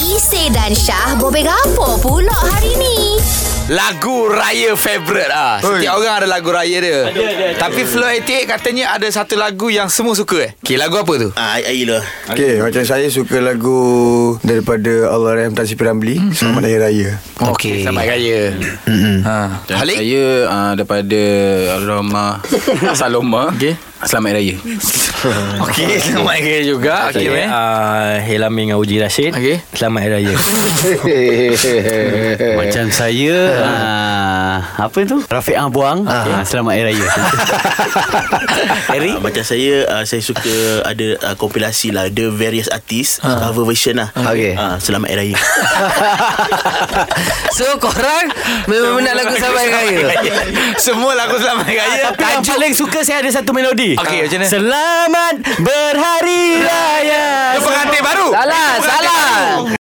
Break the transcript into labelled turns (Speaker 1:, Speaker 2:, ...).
Speaker 1: Isi dan Syah bobek apa pula hari ni?
Speaker 2: Lagu raya favourite ah. Setiap
Speaker 3: Oi.
Speaker 2: orang ada lagu raya dia.
Speaker 4: Ada, ada, ada.
Speaker 2: Tapi Flow 88 katanya ada satu lagu yang semua suka eh. Okey, lagu apa tu?
Speaker 4: Ah, air air lah.
Speaker 3: Okay, macam saya suka lagu daripada Allah Rahim Tan Sri Ramli, Selamat Hari Raya.
Speaker 2: Okey. Selamat raya. ha. Halik
Speaker 5: Saya uh, daripada Roma Saloma. Okay. Selamat Raya.
Speaker 2: Okey, selamat raya juga. Okey, eh. okay,
Speaker 6: Ah.
Speaker 7: uh, Helami dengan Uji Rashid
Speaker 2: Okey.
Speaker 7: Selamat Hari Raya Macam saya uh, Apa tu Rafiq Abuang uh. Selamat Hari Raya
Speaker 4: Ah, macam saya ah, Saya suka Ada ah, kompilasi lah The various artists Cover version lah
Speaker 6: Okey.
Speaker 4: Ah, Selamat Air Raya
Speaker 6: So korang Memang nak lagu Sabar Raya Ah,
Speaker 2: Semua lagu selamat raya.
Speaker 7: Tapi yang paling suka Saya ada satu melodi
Speaker 2: Okey, macam mana?
Speaker 7: Selamat Berhari Raya
Speaker 6: Ah,
Speaker 2: Pengantin baru.
Speaker 6: Salah Salah